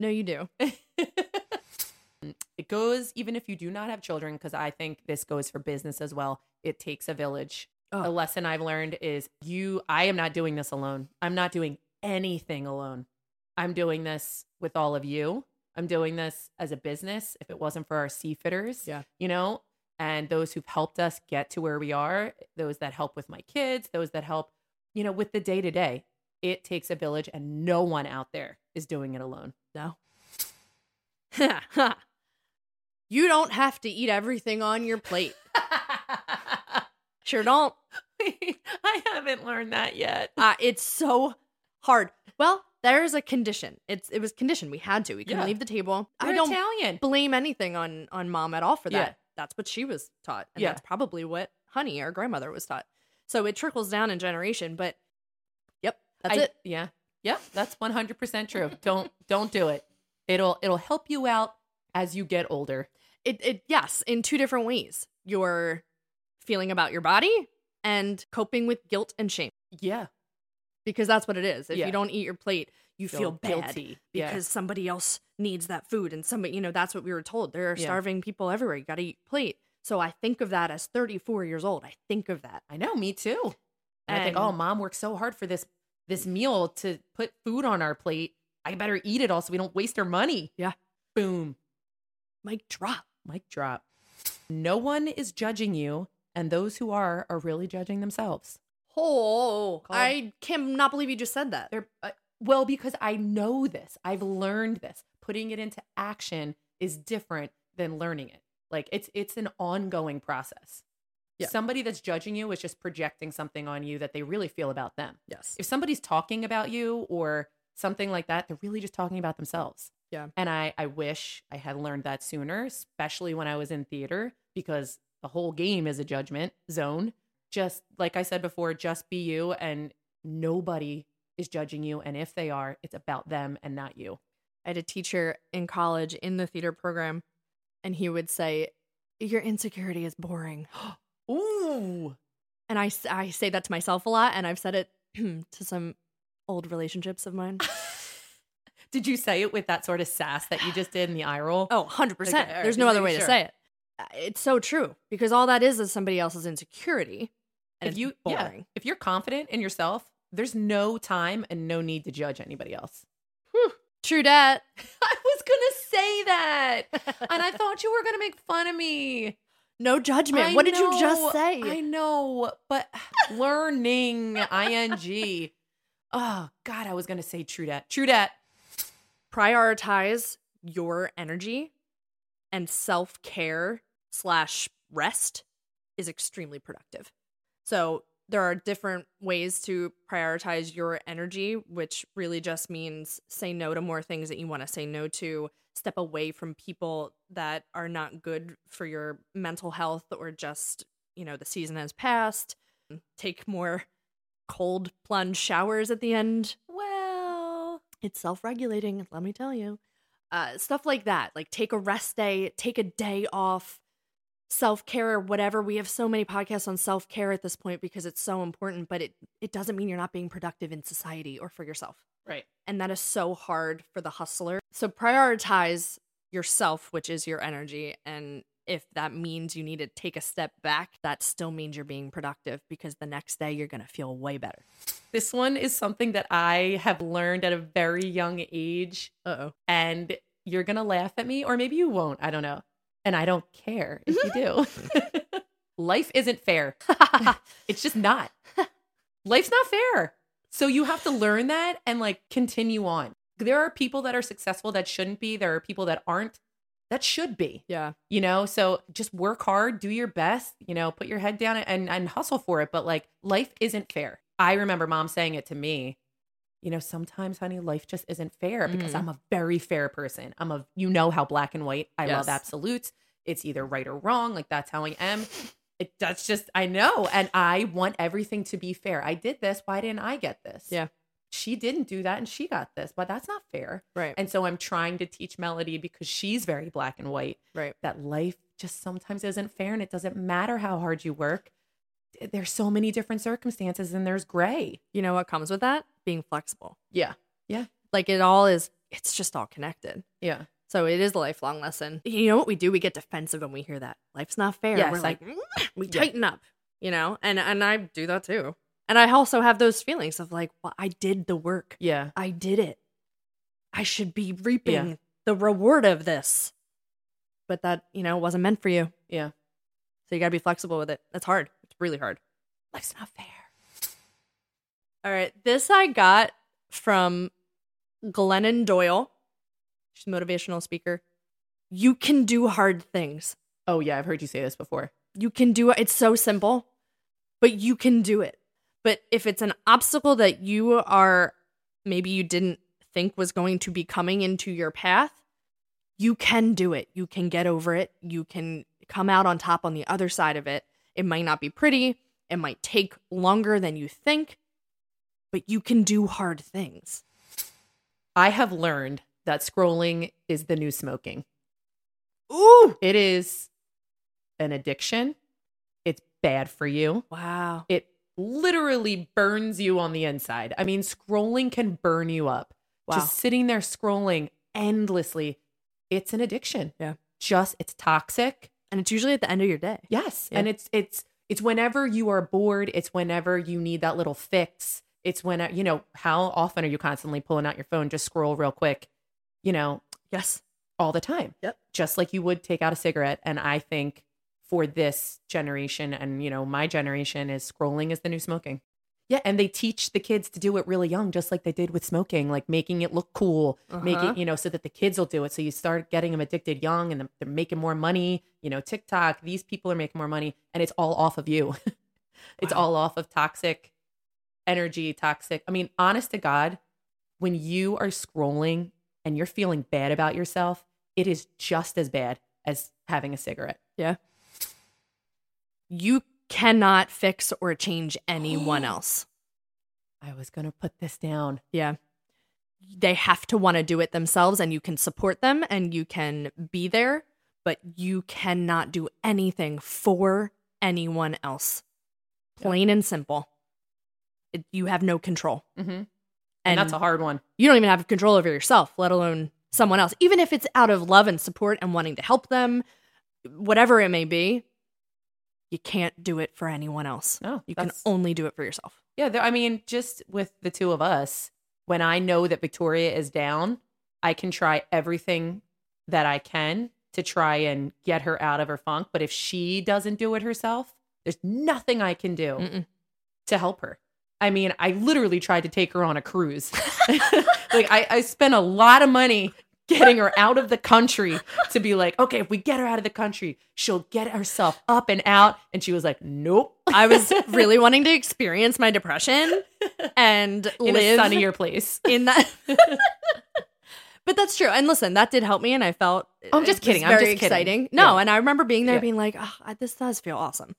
S1: No, you do.
S2: it goes even if you do not have children because i think this goes for business as well it takes a village
S1: Oh.
S2: a lesson i've learned is you i am not doing this alone i'm not doing anything alone i'm doing this with all of you i'm doing this as a business if it wasn't for our seafitters
S1: Yeah.
S2: you know and those who've helped us get to where we are those that help with my kids those that help you know with the day to day it takes a village and no one out there is doing it alone
S1: you don't have to eat everything on your plate. Sure don't.
S2: I haven't learned that yet.
S1: uh, it's so hard. Well, there's a condition. It's it was conditioned. We had to. We couldn't
S2: Yeah.
S1: leave the table. I
S2: You're
S1: don't
S2: Italian.
S1: blame anything on on mom at all for that.
S2: Yeah.
S1: That's what she was taught, and
S2: Yeah.
S1: that's probably what Honey, our grandmother, was taught. So it trickles down in generation. But yep, that's
S2: I-
S1: it.
S2: Yeah. Yep. That's one hundred percent true. Don't don't do it. It'll it'll help you out as you get older.
S1: It it yes, in two different ways. Your feeling about your body and coping with guilt and shame
S2: Yeah.
S1: because that's what it is. If
S2: Yeah.
S1: you don't eat your plate, you feel, bad.
S2: guilty
S1: because somebody else needs that food and somebody you know that's what we were told there are
S2: Yeah.
S1: starving people everywhere you got to eat plate so i think of that as 34 years old i think of that
S2: I know. Me too. And, I think,
S1: And-
S2: oh, mom worked so hard for this this meal to put food on our plate. I better eat it all so we don't waste our money.
S1: Yeah.
S2: Boom.
S1: mic drop
S2: Mic drop. No one is judging you, and those who are are really judging themselves.
S1: oh i cannot believe you just said that
S2: They're uh, well because I know this. I've learned this. Putting it into action is different than learning it. Like it's it's an ongoing process.
S1: Yeah.
S2: Somebody that's judging you is just projecting something on you that they really feel about them.
S1: yes
S2: If somebody's talking about you or something like that, they're really just talking about themselves.
S1: Yeah.
S2: And I I wish I had learned that sooner, especially when I was in theater because the whole game is a judgment zone. Just like I said before, just be you and nobody is judging you and if they are, it's about them and not you.
S1: i had a teacher in college in the theater program and he would say your insecurity is boring
S2: Ooh.
S1: and i, s- I say that to myself a lot and i've said it to some old relationships of mine
S2: Did you say it with that sort of sass that you just did in the eye roll?
S1: Oh, 100%.
S2: Okay, all right,
S1: There's no
S2: just
S1: other
S2: making
S1: way to
S2: sure.
S1: say it. Uh, It's so true because all that is is somebody else's insecurity. And
S2: if
S1: it's
S2: you yeah,
S1: boring.
S2: if you're confident in yourself, there's no time and no need to judge anybody else.
S1: Trudette.
S2: I was gonna say that, and I thought you were gonna make fun of me.
S1: no judgment.
S2: I
S1: what did you
S2: know,
S1: just say?
S2: I know, but learning ing. Oh God, I was gonna say Trudette. Trudette.
S1: Prioritize your energy and self care slash rest is extremely productive. So there are different ways to prioritize your energy, which really just means say no to more things that you want to say no to, step away from people that are not good for your mental health or just, you know, the season has passed, take more cold plunge showers at the end
S2: Well,
S1: it's self-regulating let me tell you uh, stuff like that like take a rest day take a day off self-care or whatever we have so many podcasts on self-care at this point because it's so important but it it doesn't mean you're not being productive in society or for yourself
S2: right.
S1: and that is so hard for the hustler so prioritize yourself which is your energy and if that means you need to take a step back that still means you're being productive because the next day you're going to feel way better
S2: This one is something that I have learned at a very young age,
S1: uh-oh
S2: and you're gonna laugh at me, or maybe you won't. I don't know, and I don't care if you do. Life isn't fair. It's just not. Life's not fair. So you have to learn that and like continue on. There are people that are successful that shouldn't be. There are people that aren't that should be,
S1: yeah
S2: you know? So just work hard, do your best, you know, put your head down and, and hustle for it. But like life isn't fair. I remember mom saying it to me. You know, sometimes, honey, life just isn't fair because
S1: Mhm.
S2: I'm a very fair person. I'm a, you know, how black and white. I love
S1: Yes.
S2: absolutes. It's either right or wrong. Like that's how I am it, that's just I know, and I want everything to be fair. I did this. Why didn't I get this?
S1: Yeah.
S2: she didn't do that, and she got this. But that's not fair.
S1: right
S2: And so I'm trying to teach Melody because she's very black and white
S1: right
S2: that life just sometimes isn't fair, and it doesn't matter how hard you work. There's so many different circumstances, and there's gray.
S1: you know what comes with that? Being flexible.
S2: Yeah,
S1: Like it all is, it's just all connected.
S2: yeah.
S1: So it is a lifelong lesson. You know what we do? We get defensive when we hear that. Life's not fair.
S2: Yes,
S1: We're
S2: I-
S1: like, "Mm," we
S2: Yeah.
S1: tighten up, you know? And and I do that too. And I also have those feelings of like, well, I did the work.
S2: Yeah,
S1: I did it. I should be reaping the reward of this. But that, you know, wasn't meant for you.
S2: Yeah.
S1: So you got to be flexible with it. That's hard. It's really hard.
S2: life's not fair.
S1: All right. This I got from Glennon Doyle. She's a motivational speaker. You can do hard things.
S2: Oh yeah, I've heard you say this before.
S1: You can do it. It's so simple, but you can do it. But if it's an obstacle that you are maybe you didn't think was going to be coming into your path, you can do it. You can get over it. You can come out on top on the other side of it. It might not be pretty. It might take longer than you think, but you can do hard things.
S2: I have learned that scrolling is the new smoking.
S1: Ooh.
S2: It is an addiction. It's bad for you.
S1: Wow.
S2: It literally burns you on the inside. I mean, scrolling can burn you up.
S1: Wow.
S2: Just sitting there scrolling endlessly, it's an addiction.
S1: Yeah.
S2: Just it's toxic.
S1: and it's usually at the end of your day.
S2: Yes.
S1: Yeah.
S2: And it's it's it's whenever you are bored, it's whenever you need that little fix. It's when you know, how often are you constantly pulling out your phone just scroll real quick, you know,
S1: Yes.
S2: all the time.
S1: Yep.
S2: Just like you would take out a cigarette. And I think for this generation and, you know, my generation is scrolling is the new smoking. Yeah. And they teach the kids to do it really young, just like they did with smoking, like making it look cool, make
S1: Uh-huh.
S2: it, you know, so that the kids will do it. So you start getting them addicted young and they're making more money, you know, TikTok, these people are making more money and it's all off of you. it's
S1: Wow.
S2: all off of toxic energy, toxic. I mean, honest to God, when you are scrolling and you're feeling bad about yourself, it is just as bad as having a cigarette.
S1: you cannot fix or change anyone else.
S2: I was going to put this down.
S1: They have to want to do it themselves, and you can support them and you can be there, but you cannot do anything for anyone else. Plain and simple. It, you have no control.
S2: Mm-hmm. And,
S1: And,
S2: that's a hard one.
S1: you don't even have control over yourself, let alone someone else. Even if it's out of love and support and wanting to help them, whatever it may be, you can't do it for anyone else.
S2: No,
S1: You can only do it for yourself.
S2: Yeah, there- I mean, just with the two of us, when I know that Victoria is down, I can try everything that I can to try and get her out of her funk. But if she doesn't do it herself, there's nothing I can do
S1: Mm-mm.
S2: to help her. I mean, I literally tried to take her on a cruise. like, I, I spent a lot of money getting her out of the country to be like, okay, if we get her out of the country, she'll get herself up and out. And she was like, nope.
S1: I was really wanting to experience my depression and
S2: in
S1: live
S2: a sunnier place.
S1: in that. but that's true. And listen, that did help me, and I felt.
S2: I'm
S1: it
S2: just
S1: was
S2: kidding. I'm
S1: very
S2: just kidding.
S1: exciting. No,
S2: Yeah.
S1: and I remember being there,
S2: Yeah.
S1: being like, oh, I- "This does feel awesome,"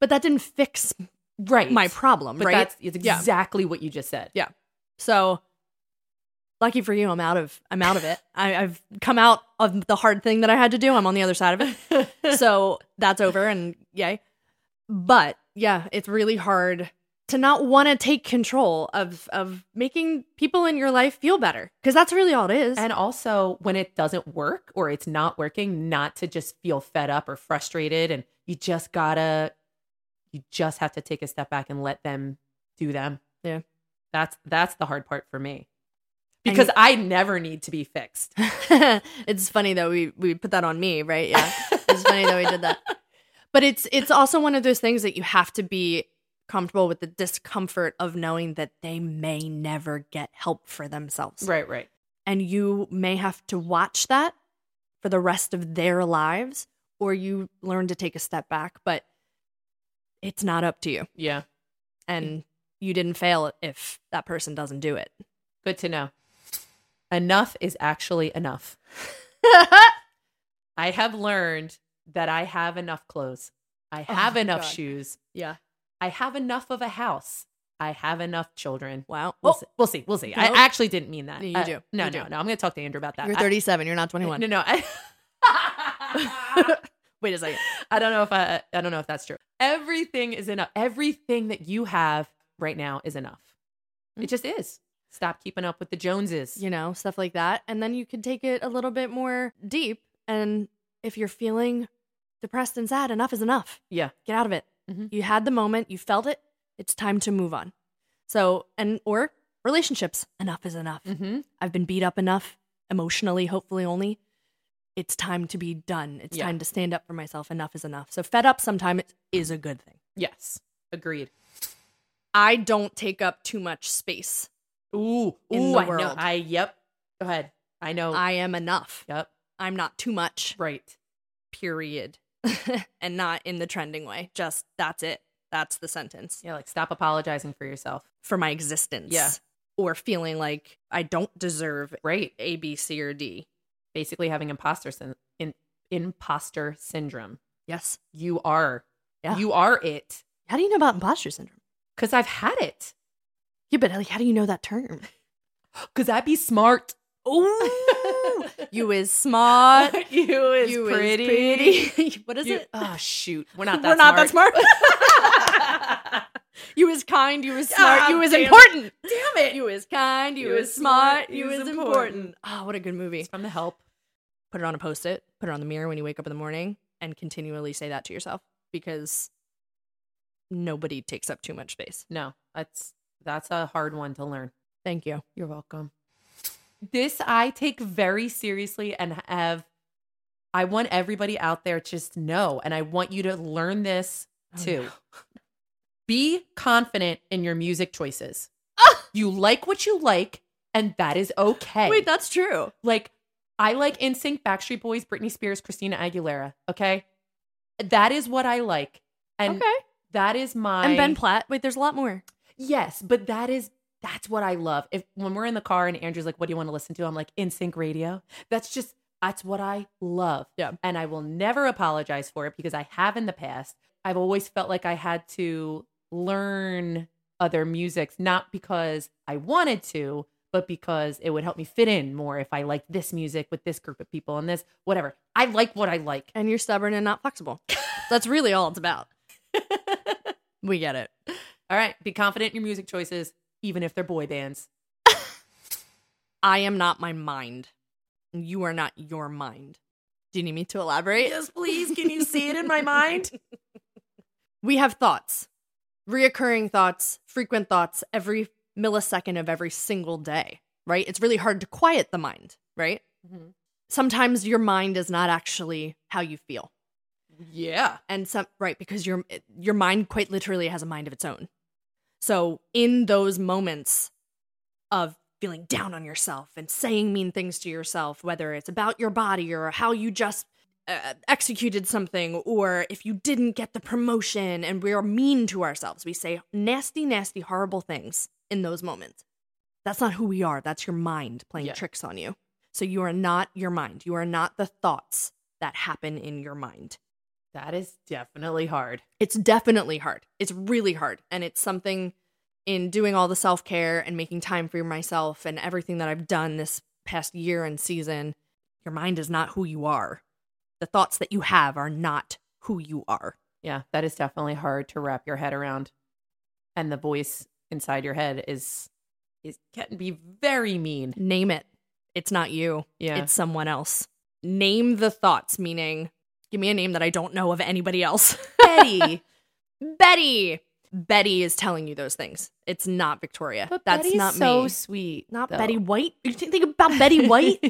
S1: but that didn't fix
S2: Right.
S1: my problem,
S2: But
S1: right?
S2: that's it's
S1: Yeah.
S2: exactly what you just said.
S1: so lucky for you, I'm out of I'm out of it. I, I've come out of the hard thing that I had to do. I'm on the other side of it. so that's over and yay. But yeah, it's really hard to not want to take control of of making people in your life feel better because that's really all it is.
S2: And also, when it doesn't work or it's not working, not to just feel fed up or frustrated. And you just gotta, you just have to take a step back and let them do them.
S1: Yeah.
S2: That's that's the hard part for me
S1: And-
S2: because I never need to be fixed.
S1: it's funny that we we put that on me, right? Yeah, it's funny that we did that. But it's it's also one of those things that you have to be comfortable with the discomfort of knowing that they may never get help for themselves,
S2: Right. Right.
S1: and you may have to watch that for the rest of their lives, or you learn to take a step back. But it's not up to you,
S2: Yeah.
S1: and you didn't fail if that person doesn't do it.
S2: Good to know. Enough is actually enough. I have learned that I have enough clothes. I
S1: Oh,
S2: have enough
S1: God.
S2: shoes.
S1: yeah.
S2: I have enough of a house. I have enough children.
S1: Wow.
S2: We'll,
S1: Oh,
S2: see. we'll see. We'll see. I
S1: Nope.
S2: actually didn't mean that.
S1: No, you
S2: Uh,
S1: do.
S2: No,
S1: You
S2: no,
S1: do.
S2: no. I'm going to talk to Andrew about that.
S1: you're
S2: I-
S1: 37. you're not 21.
S2: no, no. I,
S1: Wait a second.
S2: I don't know if I. I don't know if that's true. Everything is enough. Everything that you have right now is enough. It just is. Stop keeping up with the Joneses.
S1: Mm. you know, stuff like that. And then you can take it a little bit more deep. And if you're feeling depressed and sad, enough is enough.
S2: Yeah.
S1: Get out of it.
S2: Mhm.
S1: You had the moment, you felt it. It's time to move on. So, and or relationships, enough is enough.
S2: Mm-hmm.
S1: I've been beat up enough emotionally, hopefully only. It's time to be done. It's
S2: Yeah.
S1: time to stand up for myself. Enough is enough. So, fed up sometime is a good thing.
S2: Yes. Agreed.
S1: I don't take up too much space.
S2: Ooh.
S1: In
S2: ooh.
S1: the
S2: I know.
S1: world.
S2: I. Yep. Go ahead. I know.
S1: I am enough.
S2: yep.
S1: I'm not too much.
S2: Right.
S1: period and not in the trending way just that's it that's the sentence
S2: Yeah. Like stop apologizing for yourself.
S1: for my existence
S2: Yeah.
S1: or feeling like i don't deserve
S2: Right.
S1: a b c or d
S2: Basically having imposter syn- in, imposter syndrome.
S1: yes
S2: You are.
S1: Yeah.
S2: You are it.
S1: how do you know about imposter syndrome
S2: Cause I've had it.
S1: yeah but like how do you know that term
S2: Cause I be smart.
S1: Ooh, you is smart
S2: you is
S1: you
S2: pretty.
S1: is pretty what is
S2: You-
S1: it
S2: Oh shoot. We're not that
S1: we're
S2: smart.
S1: not that smart you is kind you is smart
S2: Ah,
S1: you is
S2: damn it.
S1: important
S2: Damn it.
S1: you is kind you,
S2: You
S1: is
S2: is
S1: smart
S2: smart,
S1: you
S2: you
S1: is
S2: is
S1: important.
S2: important.
S1: oh what a good movie
S2: It's from the help.
S1: put it on a post it, put it on the mirror when you wake up in the morning, and continually say that to yourself because nobody takes up too much space.
S2: No, that's that's a hard one to learn.
S1: Thank you.
S2: You're welcome. This I take very seriously and have I want everybody out there to just know and I want you to learn this
S1: Oh,
S2: too. Be confident in your music choices. you like what you like and that is okay.
S1: Ah! Wait, that's true.
S2: like I like NSYNC, Backstreet Boys, Britney Spears, Christina Aguilera, okay? That is what I like. And
S1: okay.
S2: that is my
S1: And Ben Platt. Wait, there's a lot more.
S2: Yes, but that is that's what I love. If when we're in the car and Andrew's like, "What do you want to listen to?" I'm like, "In Sync Radio." That's just that's what I love.
S1: Yeah.
S2: and I will never apologize for it because I have in the past. I've always felt like I had to learn other musics, not because I wanted to, but because it would help me fit in more if I liked this music with this group of people and this whatever. I like what I like.
S1: And you're stubborn and not flexible. that's really all it's about. We get it.
S2: All right, be confident in your music choices, even if they're boy bands.
S1: I am not my mind. and You are not your mind. Do you need me to elaborate?
S2: Yes, please. Can you see it in my mind?
S1: we have thoughts, reoccurring thoughts, frequent thoughts every millisecond of every single day, right? It's really hard to quiet the mind, right? Sometimes your mind is not actually how you feel.
S2: Yeah.
S1: And some right because your your mind quite literally has a mind of its own. So in those moments of feeling down on yourself and saying mean things to yourself, whether it's about your body or how you just uh, executed something or if you didn't get the promotion and we are mean to ourselves, we say nasty nasty horrible things in those moments. That's not who we are. That's your mind playing
S2: Yeah.
S1: tricks on you. So you are not your mind. You are not the thoughts that happen in your mind
S2: That is definitely hard.
S1: it's definitely hard. It's really hard. And it's something in doing all the self care and making time for myself and everything that I've done this past year and season. Your mind is not who you are. The thoughts that you have are not who you are.
S2: Yeah, that is definitely hard to wrap your head around. And the voice inside your head is is can be very mean.
S1: Name it. It's not you,
S2: Yeah.
S1: it's someone else. Name the thoughts, meaning give me a name that I don't know of anybody else.
S2: Betty.
S1: Betty. Betty is telling you those things. It's not Victoria.
S2: But
S1: That's
S2: Betty's
S1: not
S2: so
S1: me.
S2: sweet.
S1: Not
S2: though.
S1: Betty White. You think think about Betty White?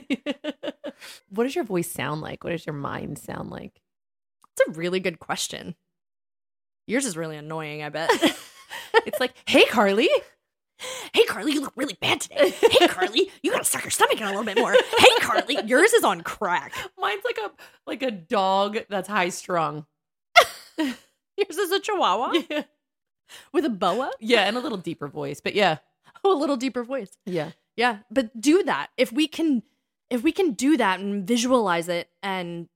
S2: what does your voice sound like? What does your mind sound like?
S1: It's a really good question. Yours is really annoying, I bet.
S2: It's like, hey Carly.
S1: hey, Carly, you look really bad today. Hey, Carly, you gotta suck your stomach in a little bit more. Hey, Carly, yours is on crack.
S2: Mine's like a like a dog that's high strung.
S1: Yours is a chihuahua
S2: Yeah.
S1: with a boa.
S2: yeah, and a little deeper voice. But yeah.
S1: Oh, a little deeper voice.
S2: Yeah.
S1: Yeah, but do that. If we can if we can do that and visualize it and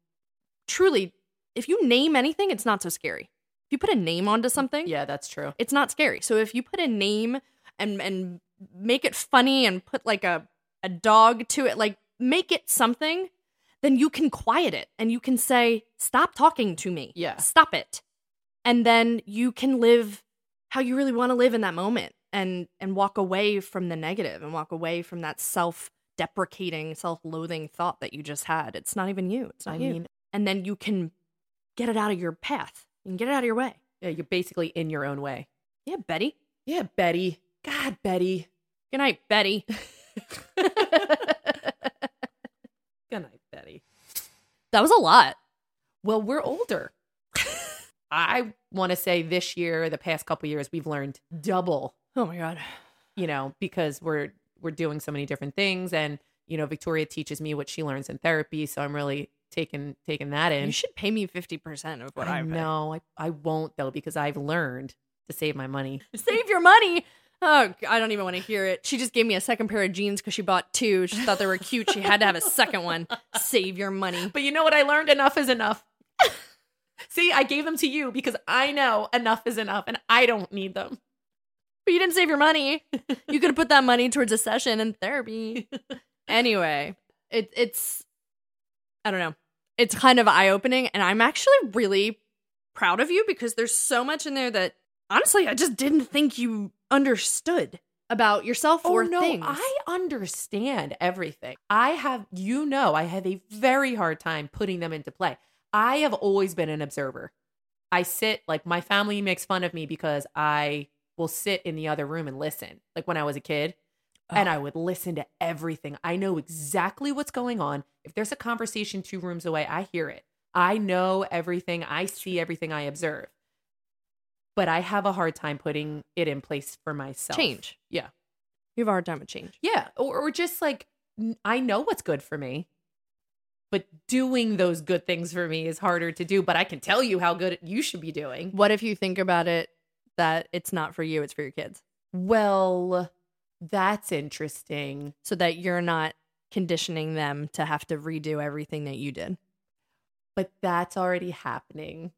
S1: truly if you name anything, it's not so scary. If you put a name onto something,
S2: Yeah, that's true.
S1: it's not scary. So if you put a name and and make it funny and put like a a dog to it, like make it something, then you can quiet it and you can say, "Stop talking to me.
S2: Yeah.
S1: Stop it." And then you can live how you really want to live in that moment and and walk away from the negative and walk away from that self deprecating, self-loathing thought that you just had. It's not even you. It's not
S2: I
S1: you.
S2: mean,
S1: and then you can get it out of your path. You can get it out of your way.
S2: yeah, you're basically in your own way.
S1: Yeah, Betty.
S2: Yeah, Betty. God, Betty.
S1: Good night, Betty.
S2: Good night, Betty.
S1: That was a lot.
S2: Well, we're older. I want to say this year, the past couple years, we've learned double,
S1: Oh my god.
S2: you know, because we're we're doing so many different things and you know, Victoria teaches me what she learns in therapy, so I'm really taking taking that in.
S1: You should pay me 50% of what I,
S2: I
S1: pay.
S2: know. I, I won't though because I've learned to save my money.
S1: Save your money. Oh, g- I don't even want to hear it. She just gave me a second pair of jeans because she bought two. She thought they were cute. She had to have a second one. Save your money.
S2: But you know what I learned? Enough is enough. See, I gave them to you because I know enough is enough and I don't need them.
S1: But you didn't save your money. You could have put that money towards a session in therapy. Anyway, it, it's, I don't know. It's kind of eye opening. And I'm actually really proud of you because there's so much in there that honestly, I just didn't think you understood about yourself or things.
S2: Oh, I understand everything. I have, you know, I have a very hard time putting them into play. I have always been an observer. I sit, like, my family makes fun of me because I will sit in the other room and listen. Like, when I was a kid, and I would listen to everything. I know exactly what's going on. If there's a conversation two rooms away, I hear it. I know everything. I see everything I observe. But I have a hard time putting it in place for myself.
S1: Change.
S2: Yeah.
S1: You have a hard time with change.
S2: Yeah. Or, or just like, n- I know what's good for me, but doing those good things for me is harder to do. But I can tell you how good you should be doing.
S1: What if you think about it that it's not for you, it's for your kids?
S2: Well, that's interesting.
S1: So that you're not conditioning them to have to redo everything that you did.
S2: But that's already happening.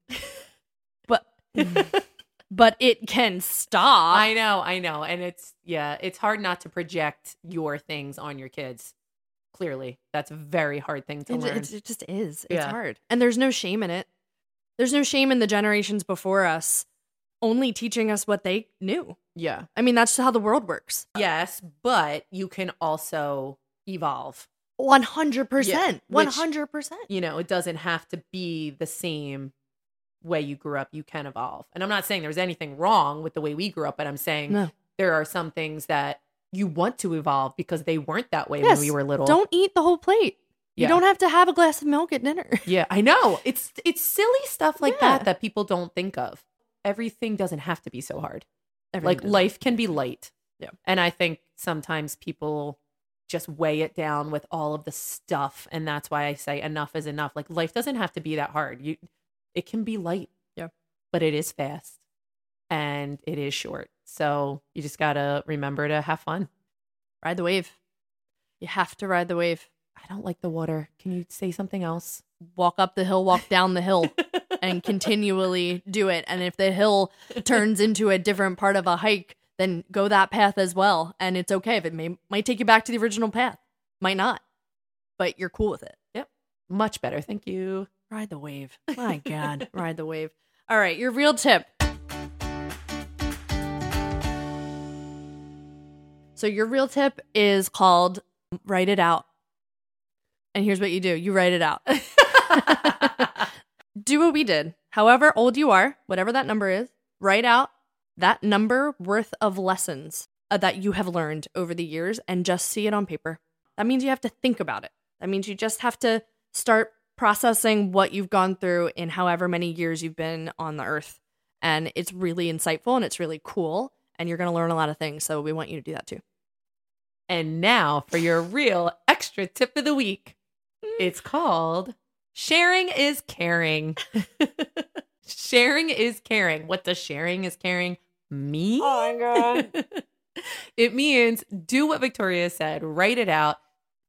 S1: But Mm. but it can stop.
S2: I know, I know. And it's, yeah, it's hard not to project your things on your kids. Clearly, that's a very hard thing to
S1: it,
S2: learn.
S1: it, it just is. It's
S2: Yeah.
S1: hard. And there's no shame in it. There's no shame in the generations before us only teaching us what they knew.
S2: yeah.
S1: I mean, that's how the world works.
S2: Yes, but you can also evolve.
S1: 100%.
S2: which-
S1: 100%.
S2: You know, it doesn't have to be the same way you grew up. You can evolve. And I'm not saying there's anything wrong with the way we grew up, but I'm saying
S1: No.
S2: there are some things that you want to evolve because they weren't that way
S1: Yes.
S2: when we were little.
S1: Don't eat the whole plate. You
S2: Yeah.
S1: don't have to have a glass of milk at dinner.
S2: Yeah, I know. It's it's silly stuff like
S1: Yeah.
S2: that that people don't think of. Everything doesn't have to be so hard.
S1: Everything
S2: like
S1: does.
S2: life can be light.
S1: Yeah.
S2: And I think sometimes people just weigh it down with all of the stuff and that's why I say enough is enough. Like life doesn't have to be that hard. You it can be light.
S1: Yeah.
S2: But it is fast and it is short. So you just got to remember to have fun.
S1: ride the wave. You have to ride the wave.
S2: I don't like the water. Can you say something else?
S1: Walk up the hill, walk down the hill, and continually do it. And if the hill turns into a different part of a hike, then go that path as well. And it's okay if it may might take you back to the original path, might not, but you're cool with it.
S2: Much better. Thank you.
S1: Ride the wave. My God, ride the wave. All right, your real tip. So, your real tip is called Write It Out. And here's what you do you write it out. do what we did. However old you are, whatever that number is, write out that number worth of lessons uh, that you have learned over the years and just see it on paper. That means you have to think about it. That means you just have to start processing what you've gone through in however many years you've been on the earth. And it's really insightful and it's really cool. And you're going to learn a lot of things. So we want you to do that too.
S2: And now for your real extra tip of the week.
S1: Mm.
S2: It's called Sharing is Caring. sharing is caring. What does sharing is caring mean?
S1: my
S2: it means do what Victoria said, write it out,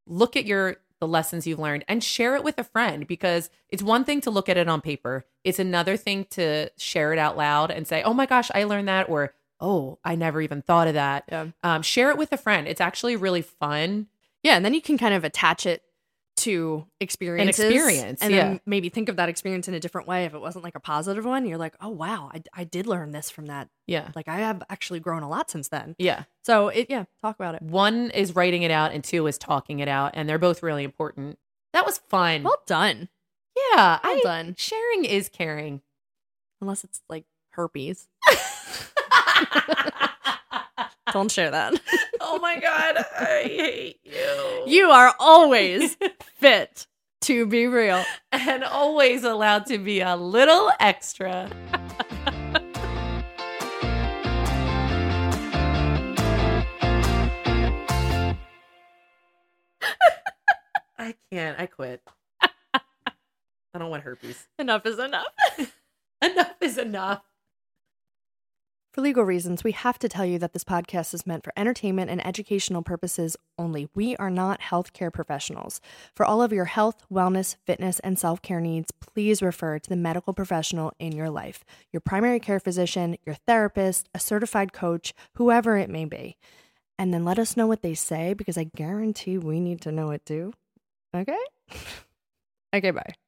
S2: look at your the lessons you've learned and share it with a friend because it's one thing to look at it on paper. It's another thing to share it out loud and say, "Oh my gosh, I learned that," or "Oh, I never even thought of that."
S1: Yeah.
S2: Um, share it with a friend. It's actually really fun.
S1: Yeah, and then you can kind of attach it to experiences,
S2: experience,
S1: and
S2: yeah.
S1: then maybe think of that experience in a different way. If it wasn't like a positive one, you're like, oh wow, I, I did learn this from that.
S2: Yeah,
S1: Like I have actually grown a lot since then.
S2: yeah.
S1: So it, yeah, talk about it.
S2: One is writing it out, and two is talking it out, and they're both really important. That was fun.
S1: Well done,
S2: yeah,
S1: well
S2: I-
S1: done.
S2: sharing is caring.
S1: Unless it's like herpes, don't share that.
S2: oh my god, I hate you.
S1: you are always fit to be real.
S2: and always allowed to be a little extra. I can't. I quit. I don't want herpes.
S1: Enough is enough.
S2: Enough is enough.
S1: For legal reasons, we have to tell you that this podcast is meant for entertainment and educational purposes only. We are not healthcare professionals. For all of your health, wellness, fitness, and self care needs, please refer to the medical professional in your life your primary care physician, your therapist, a certified coach, whoever it may be. And then let us know what they say because I guarantee we need to know it too. Okay? okay, bye.